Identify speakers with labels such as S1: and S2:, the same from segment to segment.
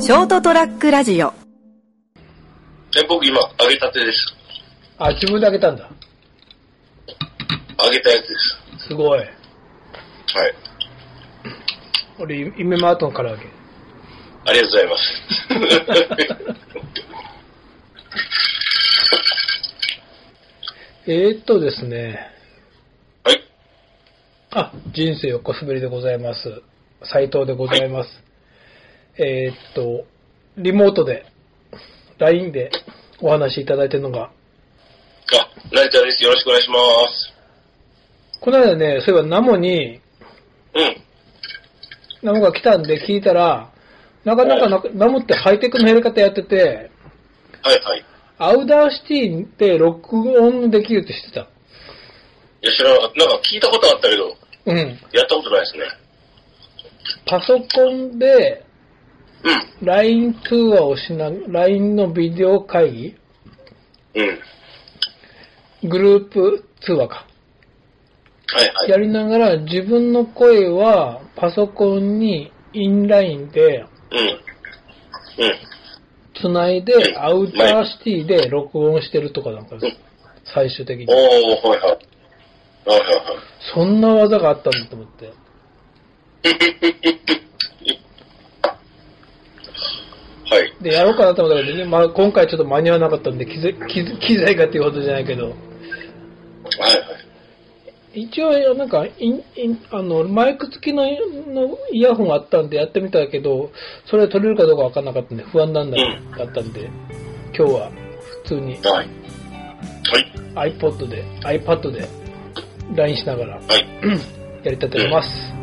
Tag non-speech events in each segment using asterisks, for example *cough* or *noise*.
S1: ショートトラックラジオ
S2: え、僕今、揚げたてです。
S3: あ、自分であげたんだ。
S2: 揚げたやつです。
S3: すごい。
S2: はい。
S3: 俺、夢マートンから揚げ。
S2: ありがとうございます。
S3: えー、っとですね。
S2: はい。
S3: あ、人生横滑りでございます。斉藤でございます。えー、っと、リモートで、LINE でお話しいただいてるのが、
S2: あ、ライターです。よろしくお願いします。
S3: この間ね、そういえばナモに、
S2: うん。
S3: ナモが来たんで聞いたら、なかなかなナモってハイテクのやり方やってて、
S2: はいはい。
S3: アウダーシティって録音できるって知ってた。
S2: いや、知らなかった。なんか聞いたことあったけど、
S3: うん。
S2: やったことないですね。
S3: パソコンで
S2: うん。
S3: LINE 通話をしな、LINE のビデオ会議
S2: うん。
S3: グループ通話か。
S2: はいはい。
S3: やりながら自分の声はパソコンにインラインで
S2: うん。うん。
S3: 繋いで
S2: うん
S3: アウターシティで録音してるとかなんか
S2: ん
S3: 最終的に
S2: お。ー、はいはい。はいはいはい。
S3: そんな技があったんだと思って。
S2: はい。
S3: で、やろうかなと思ったけどね、まあ、今回ちょっと間に合わなかったんで、機材機材機材がっていうことじゃないけ
S2: は
S3: ど、
S2: いはい。
S3: 一応、なんかインインあの、マイク付きののイヤホンあったんでやってみたけど、それ取れるかどうかわかんなかったんで、不安なんだ
S2: う
S3: だったんで、今日は普通に
S2: はい。はい。
S3: iPod で、iPad で、LINE しながら
S2: はい。
S3: やりたてます。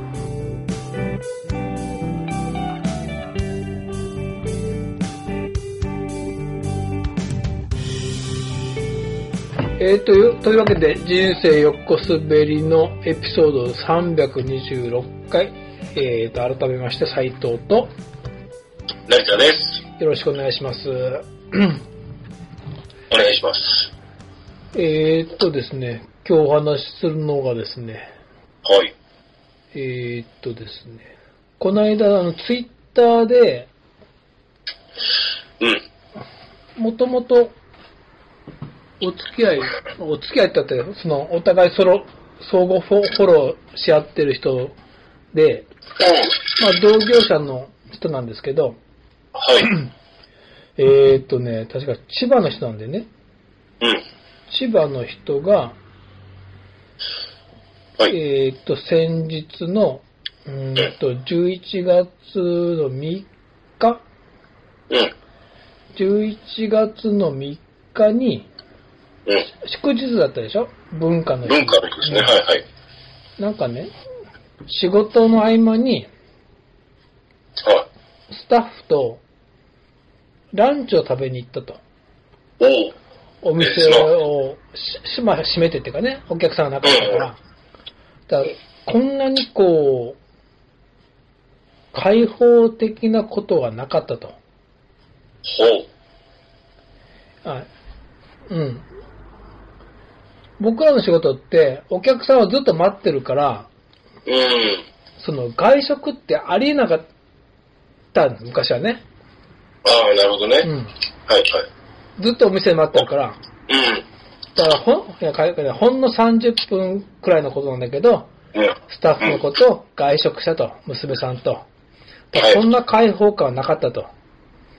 S3: えー、というというわけで「人生横滑り」のエピソード326回、えー、と改めまして斉藤と
S2: ライターです。
S3: よろしくお願いします *clears throat*
S2: お願いします。
S3: えっとですね今日お話しするのがですね
S2: はい。
S3: えー、っとですね、この間、あの、ツイッターで、
S2: うん。
S3: もともと、お付き合い、お付き合いってあったよ。その、お互いソロ、相互フォフォローし合ってる人で、まあ、同業者の人なんですけど、
S2: はい。
S3: えー、っとね、確か千葉の人なんでね、
S2: うん。
S3: 千葉の人が、
S2: はい。
S3: えーっと、先日の、うーんと、11月の3日
S2: うん。
S3: 11月の3日に、
S2: う
S3: 祝日だったでしょ文化の
S2: ん。
S3: 日。
S2: 文化の日ですね。はいはい。
S3: なんかね、仕事の合間に、
S2: はい。
S3: スタッフと、ランチを食べに行ったと。
S2: おお。
S3: お店
S2: えそう
S3: をし、しまあ、閉めてっていうかね、お客さんがなかったから。だからこんなにこう、開放的なことはなかったと。
S2: ほう。
S3: はい。うん。僕らの仕事って、お客さんはずっと待ってるから、
S2: うん。
S3: その外食ってありえなかったんです、昔はね。
S2: ああ、なるほどね。
S3: う
S2: はい
S3: ん。
S2: はい。
S3: ずっとお店で待ってるから。
S2: うん。
S3: だからほんいやかいや、ほんの30分くらいのことなんだけど、
S2: うん。
S3: スタッフの子と外食したと、娘さんと。だから
S2: はい
S3: そんな開放感はなかったと。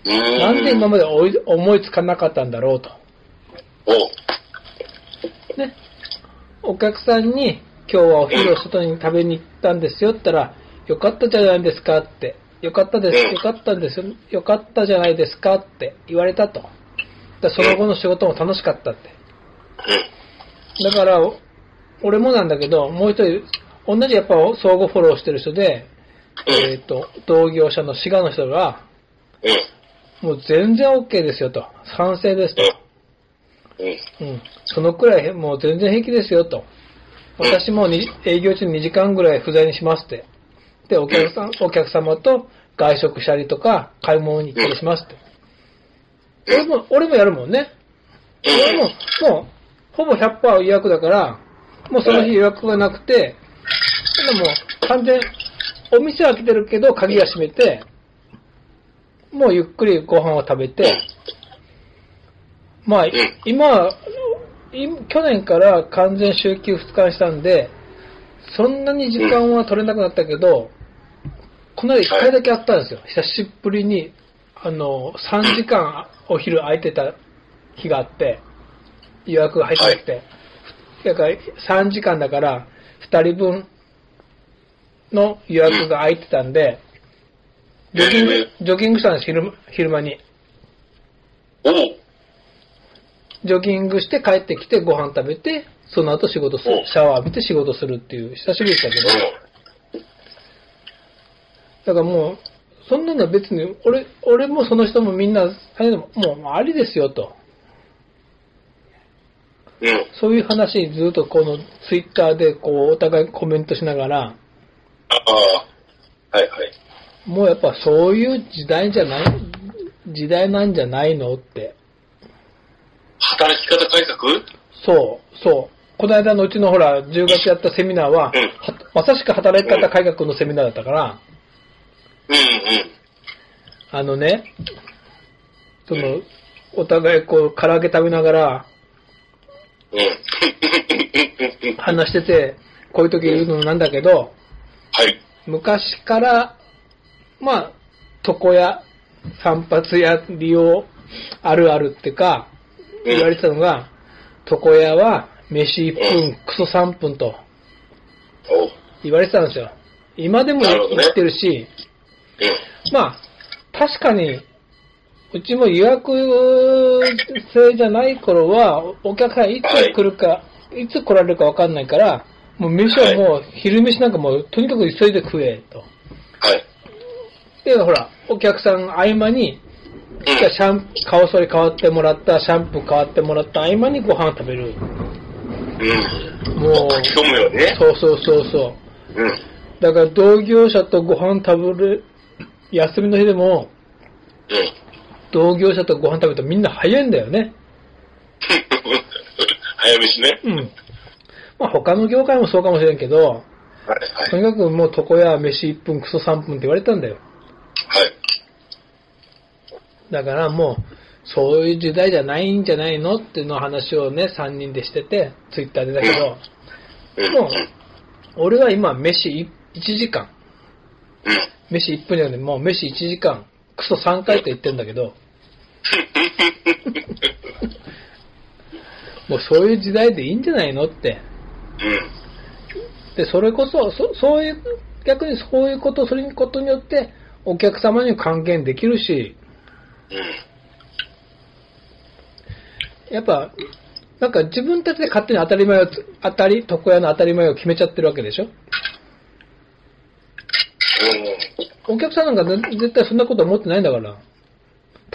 S2: うん。
S3: なんで今までおい思いつかなかったんだろうと。
S2: おう。
S3: ね、お客さんに今日はお昼を外に食べに行ったんですよって言ったら、よかったじゃないですかって、よかったです、
S2: うん
S3: よかったんですよ、よかったじゃないですかって言われたと。だその後の仕事も楽しかったって。
S2: うん。
S3: だから、お俺もなんだけど、もう一人、同じやっぱ相互フォローしてる人で、
S2: うん
S3: えっ、と、同業者の滋賀の人が、
S2: うん。
S3: もう全然 OK ですよと。賛成ですと。
S2: うん。
S3: うん、そのくらい、もう全然平気ですよと。
S2: うん
S3: 私もに営業中に2時間ぐらい不在にしますって。で、お客さん、お客様と外食したりとか、買い物に行ったりしますって。
S2: うん
S3: 俺も、俺もやるもんね。俺も
S2: う、
S3: もう、ほぼ100%予約だから、もうその日予約がなくて、でもう完全、お店は開けてるけど、鍵は閉めて、もうゆっくりご飯を食べて、まあ、今、い去年から完全週休2日にしたんで、そんなに時間は取れなくなったけど、この間1回だけあったんですよ。久しぶりに、あの、3時間お昼空いてた日があって、予約が入ってなくて。だから3時間だから、2人分の予約が空いてたんで、ジョギング、ジョギングしたんです、昼間昼間に。
S2: おう
S3: ジョギングして帰ってきてご飯食べて、その後仕事する
S2: お。
S3: シャワー浴びて仕事するっていう、久しぶりでしたけど。だからもう、そんなの別に、俺、俺もその人もみんな、大変でももうありですよと。
S2: うん。うん。
S3: そういう話ずっとこのツイッターでこうお互いコメントしながら、
S2: ああ。はいはい。
S3: もうやっぱそういう時代じゃない、時代なんじゃないのって。
S2: 働き方改革
S3: そう、そう。この間のうちのほら、10月やったセミナーは、は
S2: うん
S3: まさしく働き方改革のセミナーだったから、
S2: うんうん。
S3: あのね、その
S2: う、
S3: お互いこう、唐揚げ食べながら
S2: うん。
S3: 話してて、こういう時言うのもなんだけど、
S2: はい。
S3: 昔から、まあ、床屋、散髪屋利用あるあるってか、言われてたのが、床屋は飯1分、クソ3分と
S2: おう。
S3: 言われてたんですよ。今でも
S2: なるほどね
S3: 言ってるし、
S2: うん。
S3: まあ、確かに、うちも予約制じゃない頃は、おお客さんいつ来るか、い、つ来られるかわかんないから、もう飯はもう、昼飯なんかもう、とにかく急いで食え、と。
S2: はい。
S3: で、ほら、お客さん合間に、
S2: うん。
S3: じゃあシャンプー、顔剃り変わってもらった、シャンプー変わってもらった合間にご飯食べる。
S2: うん。
S3: もう
S2: 書き込むよね。
S3: そうそうそうそう。
S2: うん。
S3: だから同業者とご飯食べる、休みの日でも、
S2: うん。
S3: 同業者とご飯食べるとみんな早いんだよね。
S2: *laughs* 早飯ね。
S3: うん。まあ他の業界もそうかもしれんけど、
S2: はい
S3: と
S2: はい。
S3: にかくもう床屋は飯1分、クソ3分って言われたんだよ。
S2: はい。
S3: だからもう、そういう時代じゃないんじゃないのっていうのを話をね、3人でしてて、ツイッターでだけど、
S2: うん。
S3: もう俺は今、飯1時間、
S2: うん。
S3: 飯1分じゃなくて、もう飯1時間、クソ3回って言ってんだけど、もうそういう時代でいいんじゃないのって。
S2: うん。
S3: で、それこそ、そそういう、逆にそういうこと、それにことによって、お客様にも還元できるし、
S2: うん。
S3: やっぱ、なんか自分たちで勝手に当たり前をつ、当たり、床屋の当たり前を決めちゃってるわけでしょ
S2: うん。
S3: お客さんなんかぜ絶対そんなこと思ってないんだから。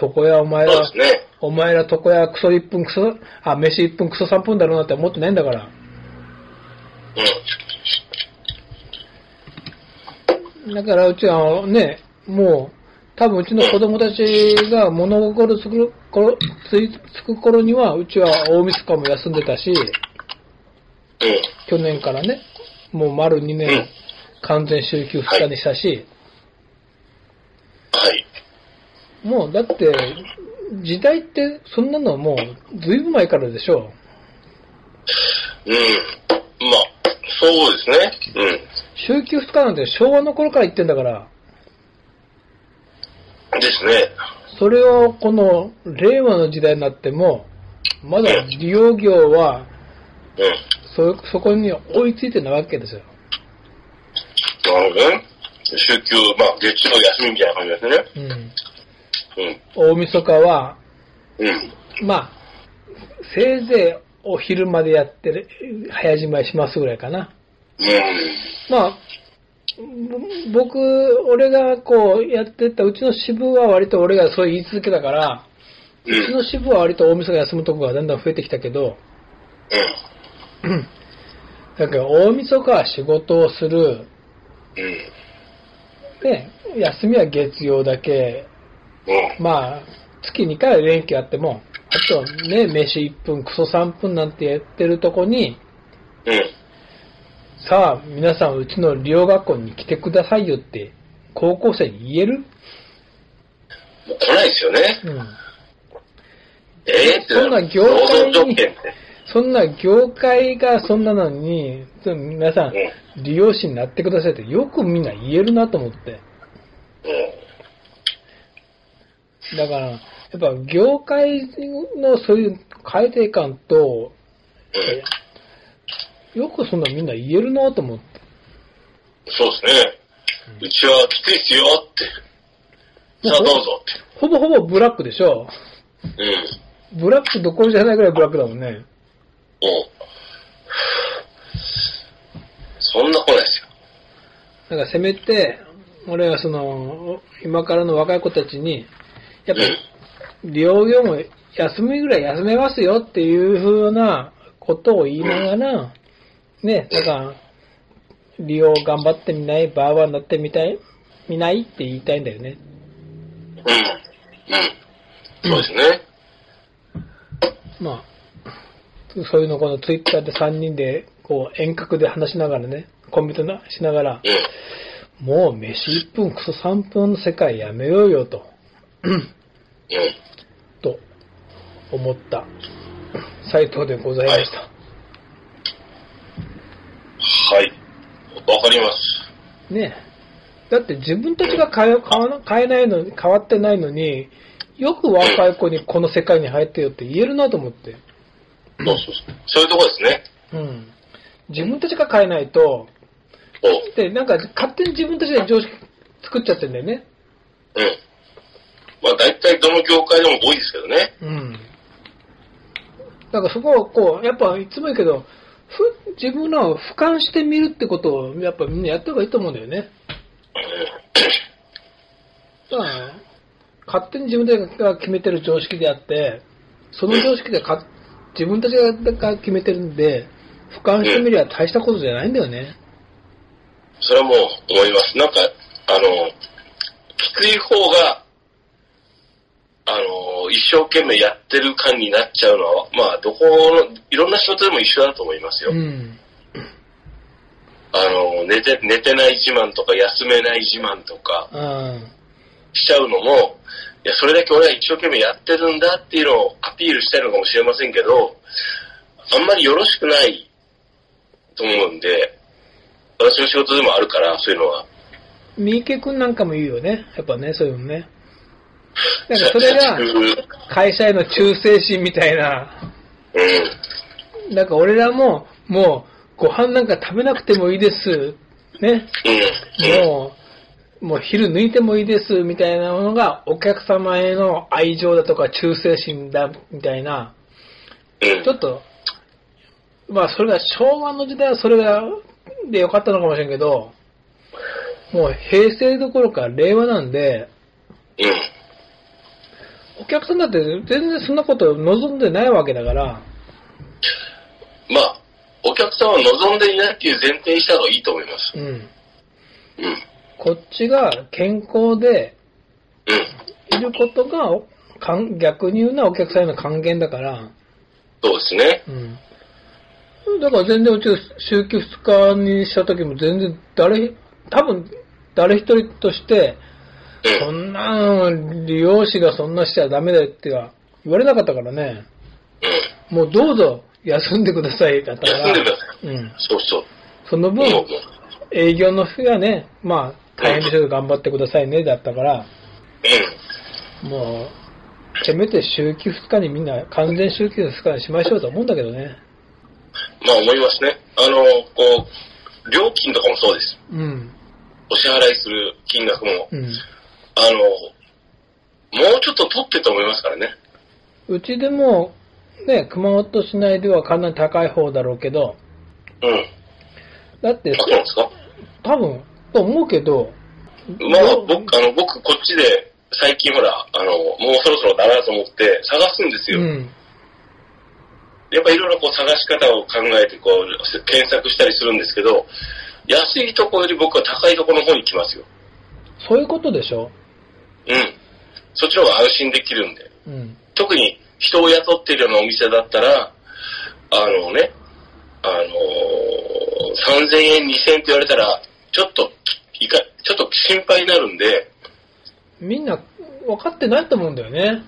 S3: 床屋お前
S2: そうで
S3: ら
S2: す、ね。
S3: お前ら床屋クソ1分クソ、あ、飯1分クソ3分だろうなって思ってないんだから。
S2: う
S3: だからうちはね、もう、多分うちの子供たちが物心つく頃ついつく頃には、うちは大晦日も休んでたし、
S2: ん。うん。
S3: 去年からね、もう丸2
S2: う
S3: 年
S2: ん、
S3: 完全週休2日にしたし、
S2: はい。
S3: もうだって、時代ってそんなのもう、ずいぶん前からでしょ
S2: うん。まあ、そうですね。
S3: 週休2日なんて昭和の頃から言ってんだから、
S2: うん。ですね。
S3: それをこの令和の時代になっても、まだ利用業は
S2: うん。
S3: そ、そこに追いついてないわけですよ。
S2: なるほどね。週休、まあ、月曜休みみたいな感じですね。
S3: う
S2: う
S3: ん。
S2: ん。
S3: 大晦日は、
S2: うん。
S3: まあ、せいぜいお昼までやってる、早じまいしますぐらいかな。
S2: うん。
S3: まあ、ぼ僕、俺がこうやってた、うちの支部は割と俺がそう言い続けたから、う
S2: うん。う
S3: ちの
S2: ん。
S3: 支部は割と大晦日休むとこがだんだん増えてきたけど、だから大晦日は仕事をする、
S2: うん。
S3: ね、休みは月曜だけ、
S2: うん。
S3: まあ、月2回は連休あっても、あとね、飯1分、クソ3分なんてやってるとこに、
S2: うん。
S3: さあ、皆さん、うちの利用学校に来てくださいよって、高校生に言える
S2: もう来ないですよね。
S3: うん。
S2: ええー、って
S3: そんな
S2: る
S3: 業界に
S2: 労働条件って。
S3: そんな業界がそんなのに、ちょっと皆さん、利用者になってくださいってよくみんな言えるなと思って。
S2: う
S3: だから、やっぱ業界のそういう改定感と、
S2: ん。うん。
S3: よくそんなみんな言えるなと思って。
S2: そうですね。うちはきついっすよって。さあどうぞっ
S3: ほぼほぼブラックでしょ
S2: て。うん。
S3: ブラックどころじゃないぐらいブラックだもんね。
S2: うん。そんな来ないですよ。
S3: だからせめて、俺はその、今からの若い子たちに、やっぱり、利用業務休みぐらい休めますよっていうふうなことを言いながら、ね、だから、利用頑張ってみない、バーバーになってみたい、みないって言いたいんだよね。
S2: うん。うん。そうですね。
S3: まあ、そういうのをこのツイッターで3人で、こう遠隔で話しながらね、コンビとなしながら、
S2: うん。
S3: もう飯1分、クソ3分の世界やめようよと。
S2: うん。
S3: と思った斉藤でございました。
S2: はい。わかります。
S3: ねえだって自分たちが変え変わな変えないのに、変わってないのに、よく若い子にこの世界に入ってよって言えるなと思って。
S2: そうそうそう。そういうとこですね。
S3: うん。自分たちが変えない
S2: お
S3: と、
S2: う。
S3: で、なんか勝手に自分たちで常識作っちゃってんだよね。
S2: うん。まあ大体どの業界でも多いですけどね。
S3: うん。なんかそこをこう、やっぱいつも言うけど、ふ自分らを俯瞰してみるってことを、やっぱみんなやった方がいいと思うんだよね。まあ、勝手に自分たちが決めてる常識であって、その常識でか自分たちが決めてるんで、俯瞰してみりゃ大したことじゃないんだよね。
S2: それはもう思います。なんか、あの、きつい方が、あの、一生懸命やってる感になっちゃうのは、まあ、どこの、いろんな仕事でも一緒だと思いますよ。
S3: うん。
S2: あの、寝て、寝てない自慢とか、休めない自慢とか、
S3: あ
S2: しちゃうのも、いや、それだけ俺は一生懸命やってるんだっていうのをアピールしたいのかもしれませんけど、あんまりよろしくないと思うんで、私の仕事でもあるから、そういうのは。
S3: 三池くんなんかも言うよね。やっぱね、そういうのね。なんかそれが
S2: 社畜
S3: 会社への忠誠心みたいな。
S2: うん。
S3: なんか俺らも、もう、ご飯なんか食べなくてもいいです。ね。
S2: うん。うん。
S3: もう、もう昼抜いてもいいですみたいなものが、お客様への愛情だとか、忠誠心だみたいな、
S2: うん。
S3: ちょっと、まあそれが昭和の時代はそれがでよかったのかもしれんけど、もう平成どころか令和なんで、
S2: うん。
S3: お客さんだって全然そんなこと望んでないわけだから、
S2: まあ、お客さんは望んでいないっていう前提にした方がいいと思います。
S3: うん。
S2: うん。うん。
S3: こっちが健康でいることが、かん逆に言うのはお客さんへの還元だから、
S2: そうですね。
S3: うん。だから全然うち週休2日にした時も全然誰、多分誰一人として、
S2: う
S3: そ
S2: ん。
S3: んな利用士がそんなしちゃダメだよっては言われなかったからね。
S2: うん。
S3: もうどうぞ休んでくださいだったか
S2: *laughs*
S3: ら。
S2: 休んでくださ
S3: うん。
S2: そうそう。
S3: その分、
S2: もう
S3: 営業の日はね、まあ大変でしょうけど頑張ってくださいねだったから、もう、せめて週休2日にみんな完全週休2日にしましょうと思うんだけどね。
S2: うん。まあ思いますね。あの、こう、料金とかもそうです。
S3: うん。
S2: お支払いする金額も
S3: う。ん。
S2: あの、もうちょっと取ってと思いますからね。
S3: うちでも、ね、熊本市内ではかなり高い方だろうけど、
S2: うん。
S3: だって
S2: あ、、そうなんですか
S3: 多分、と思うけど、
S2: まあ、僕、あの、僕、こっちで、最近ほら、あの、もうそろそろだなと思って探すんです
S3: う
S2: よ。
S3: ん、
S2: やっぱいろいろこう探し方を考えてこう検索したりするんですけど、安いとこより僕は高いとこの方に来ますよ。
S3: そういうことでしょ
S2: うん。そっちの方が安心できるんで。
S3: うん。
S2: 特に人を雇っているようなお店だったら、あのね、あのー3000円、2000円って言われたら、ちょっとき、いか、ちょっと心配になるんで、
S3: みんな分かってないと思うんだよね。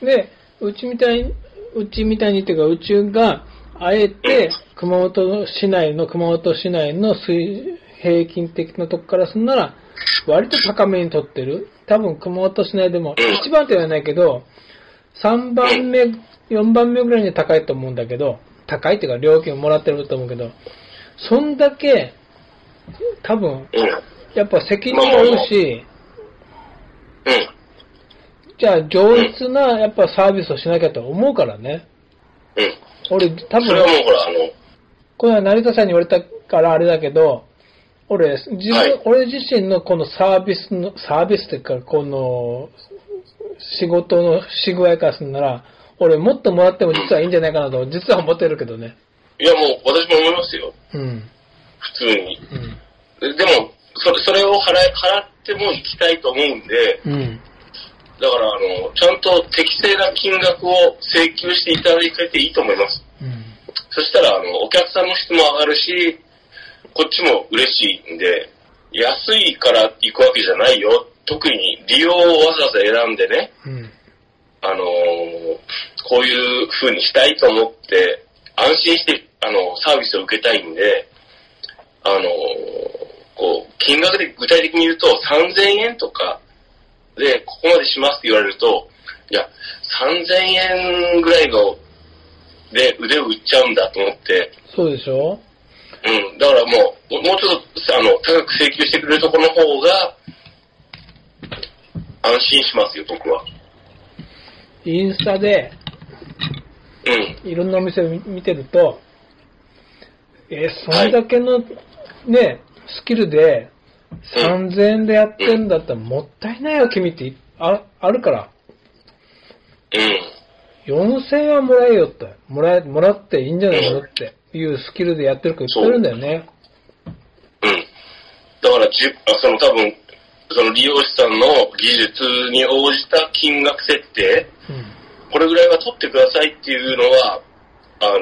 S3: で、うちみたいに、うちみたいにっていうか、うちが、あえ *clears throat* て、熊本市内の、熊本市内の水平均的なとこからすんなら、割と高めに取ってる。多分、熊本市内でも、一番手はないけど、3番目、4番目ぐらいには高いと思うんだけど、高いっていうか、料金をもらってると思うけど、そんだけ、多分、
S2: うん。
S3: やっぱ責任もあるし、
S2: うん。
S3: じゃあ上質なやっぱサービスをしなきゃと思うからね。
S2: うん。
S3: 俺、多
S2: それはもう
S3: 分、
S2: ほら、あの、
S3: これは成田さんに言われたからあれだけど、俺、自分、
S2: はい
S3: 俺自身のこのサービスの、サービスっていうか、この、仕事のし具合からするなら、俺もっともらっても実はいいんじゃないかなと、実は思ってるけどね。
S2: いやもう私も思いますよ。
S3: うん。
S2: 普通に。
S3: うん。
S2: ででも、それ、それを払い、払っても行きたいと思うんで、
S3: うん。
S2: だから、あの、ちゃんと適正な金額を請求していただいていいと思います。
S3: うん。
S2: そしたら、あの、お客さんの質も上がるし、こっちも嬉しいんで、安いから行くわけじゃないよ。特に利用をわざわざ選んでね、
S3: うん。
S2: あのーこういう風にしたいと思って、安心して、あの、サービスを受けたいんで、あのーこう、金額で具体的に言うと、3000円とかで、ここまでしますって言われると、いや、3000円ぐらいの、で腕を売っちゃうんだと思って、
S3: そうでしょ
S2: うん、だからもう、ももうちょっと、あの、高く請求してくれるところの方が、安心しますよ、僕は。
S3: インスタで、
S2: うん、
S3: いろんなお店を見てると、えーそんだけの、ね、スキルで、
S2: うん
S3: 3000円でやってんだったら、もったいないよ、君ってい、ああるから、
S2: うん。
S3: 4000円はもらえよって、もらえ、もらっていいんじゃないのっていうスキルでやってる子いっぱいいるんだよね。
S2: うん。だからじゅあ、その多分、その利用者さんの技術に応じた金額設定、
S3: うん。
S2: これぐらいは取ってくださいっていうのは、あの、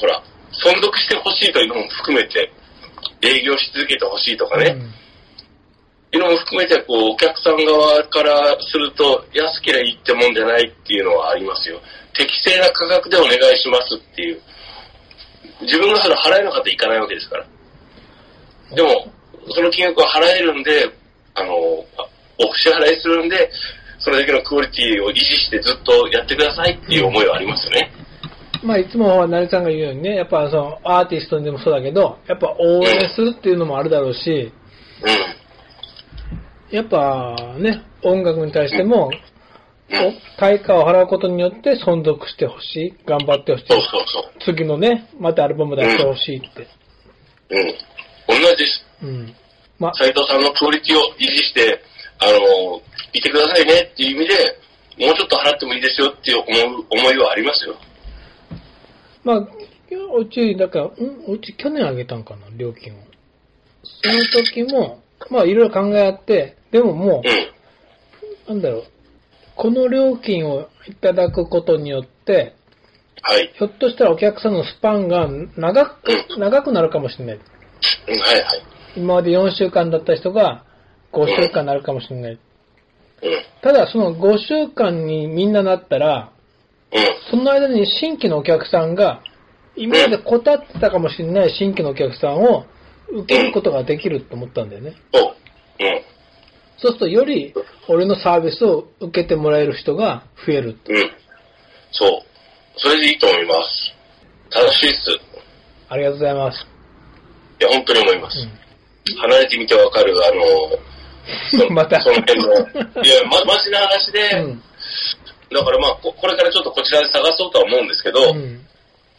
S2: ほら、存続してほしいというのも含めて、営業し続けてほしいとかね、いうのも含めて、こう、お客さん側からすると、安ければいいってもんじゃないっていうのはありますよ。適正な価格でお願いしますっていう。自分がそれ払えなかったらいかないわけですから。でも、その金額は払えるんで、あの、あお支払いするんで、それだけのクオリティを維持してずっとやってくださいっていう思いはありますよね。
S3: まあ、いつも、なりさんが言うようにね、やっぱ、その、アーティストにでもそうだけど、やっぱ応援するっていうのもあるだろうし、
S2: う
S3: やっぱ、ね、音楽に対しても、
S2: ん。うん。
S3: 対価を払うことによって存続してほしい、頑張ってほしい、
S2: そうそうそう。
S3: 次のね、またアルバム出してほしいって。
S2: うん。同じです。
S3: うん。まあ、
S2: 斉藤さんのクオリティを維持して、あの、いてくださいねっていう意味で、もうちょっと払ってもいいですよっていう思う思いはありますよ。
S3: まあ、うち、だから、うん、うち去年あげたんかな、料金を。その時も、まあ、いろいろ考えあって、でもも
S2: うん。
S3: う、なんだろう、この料金をいただくことによって、
S2: はい。
S3: ひょっとしたらお客さんのスパンが長く、長くなるかもしれない。
S2: うん、はいはい。
S3: 今まで4週間だった人が5週間になるかもしれない。
S2: うん。
S3: ただ、その5週間にみんななったら、
S2: うん。
S3: その間に新規のお客さんが、今までこたってたかもしれない新規のお客さんを受けることができると思ったんだよね。
S2: そう。うん。
S3: そうすると、より俺のサービスを受けてもらえる人が増える。
S2: うん。そう。それでいいと思います。楽しいっす。
S3: ありがとうございます。
S2: いや、本当に思います。離れてみてわかる、あの、そ
S3: *laughs* また
S2: その辺の、いや、ま、マジな話で、
S3: うん。
S2: だからまあこ、これからちょっとこちらで探そうとは思うんですけど、
S3: うん。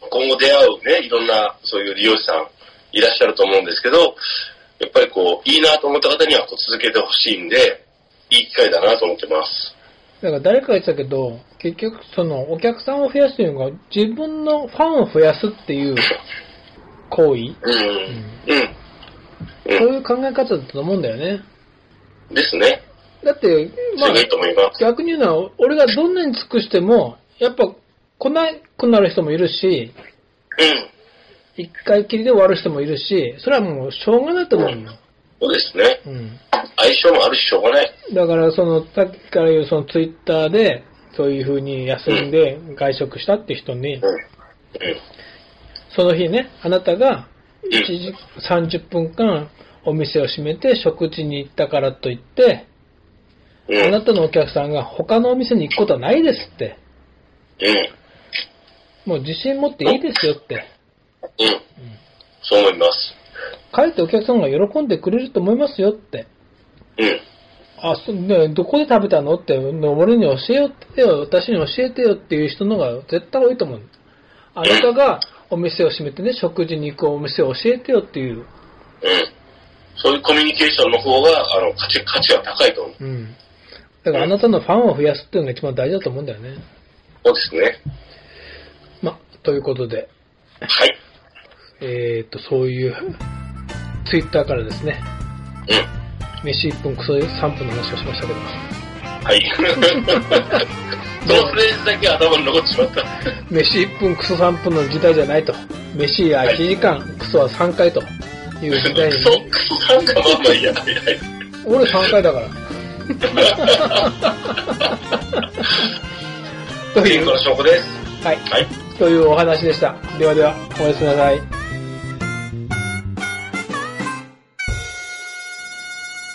S2: 今後出会うね、いろんなそういう利用者さんいらっしゃると思うんですけど、やっぱりこう、いいなと思った方にはこう続けてほしいんで、いい機会だなと思ってます。
S3: だから誰かが言ってたけど、結局そのお客さんを増やすというのが自分のファンを増やすっていう行為、
S2: うん。うん。
S3: そうういう考え方だと思うんだよね。
S2: ん。ですね。
S3: だって、
S2: そ
S3: まあ
S2: れがいいと思います。
S3: 逆に言うのは、俺がどんなに尽くしても、やっぱ来なくなる人もいるし、
S2: うん。
S3: 一回きりで終わる人もいるし、それはもうしょうがないと思うよ。
S2: そうですね。
S3: うん。
S2: 相性もあるししょうがない。
S3: だから、その、さっきから言う、そのツイッターで、そういう風に休んで外食したって人に
S2: う、ん。うん。
S3: その日ね、あなたが1
S2: うん
S3: 時30分間お店を閉めて食事に行ったからといって、
S2: うん。
S3: あなたのお客さんが他のお店に行くことはないですって。
S2: うん。
S3: もう自信持っていいですよって。
S2: うん。そう思います。
S3: 帰ってお客さんが喜んでくれると思いますよって。
S2: うん。
S3: あ、そね、どこで食べたのって、ね俺に教えてよ、私に教えてよっていう人の方が絶対多いと思う。あなたがお店を閉めてね、食事に行くお店を教えてよっていう。
S2: うん。そういうコミュニケーションの方が、あの、価値、価値が高いと思う。
S3: うん。だからあなたのファンを増やすっていうのが一番大事だと思うんだよね。
S2: そうですね。
S3: ま、ということで、
S2: はい。
S3: えー、っと、そういう、ツイッターからですね、
S2: うん。
S3: 飯1分、クソ3分の話をしましたけど、
S2: *laughs* はい。そのフレーズだけ頭に残ってしまった。
S3: 飯1分、クソ3分の時代じゃないと。飯は1時間、クソは3回という時代
S2: ク
S3: に、
S2: ソ、クソなんかまあまあいいや。はいはい。
S3: 俺3回だ *laughs* から。と
S2: ピ
S3: い
S2: ンク
S3: う
S2: の、証拠です。
S3: はい、
S2: はい。
S3: というお話でした。ではでは、おやすみなさい。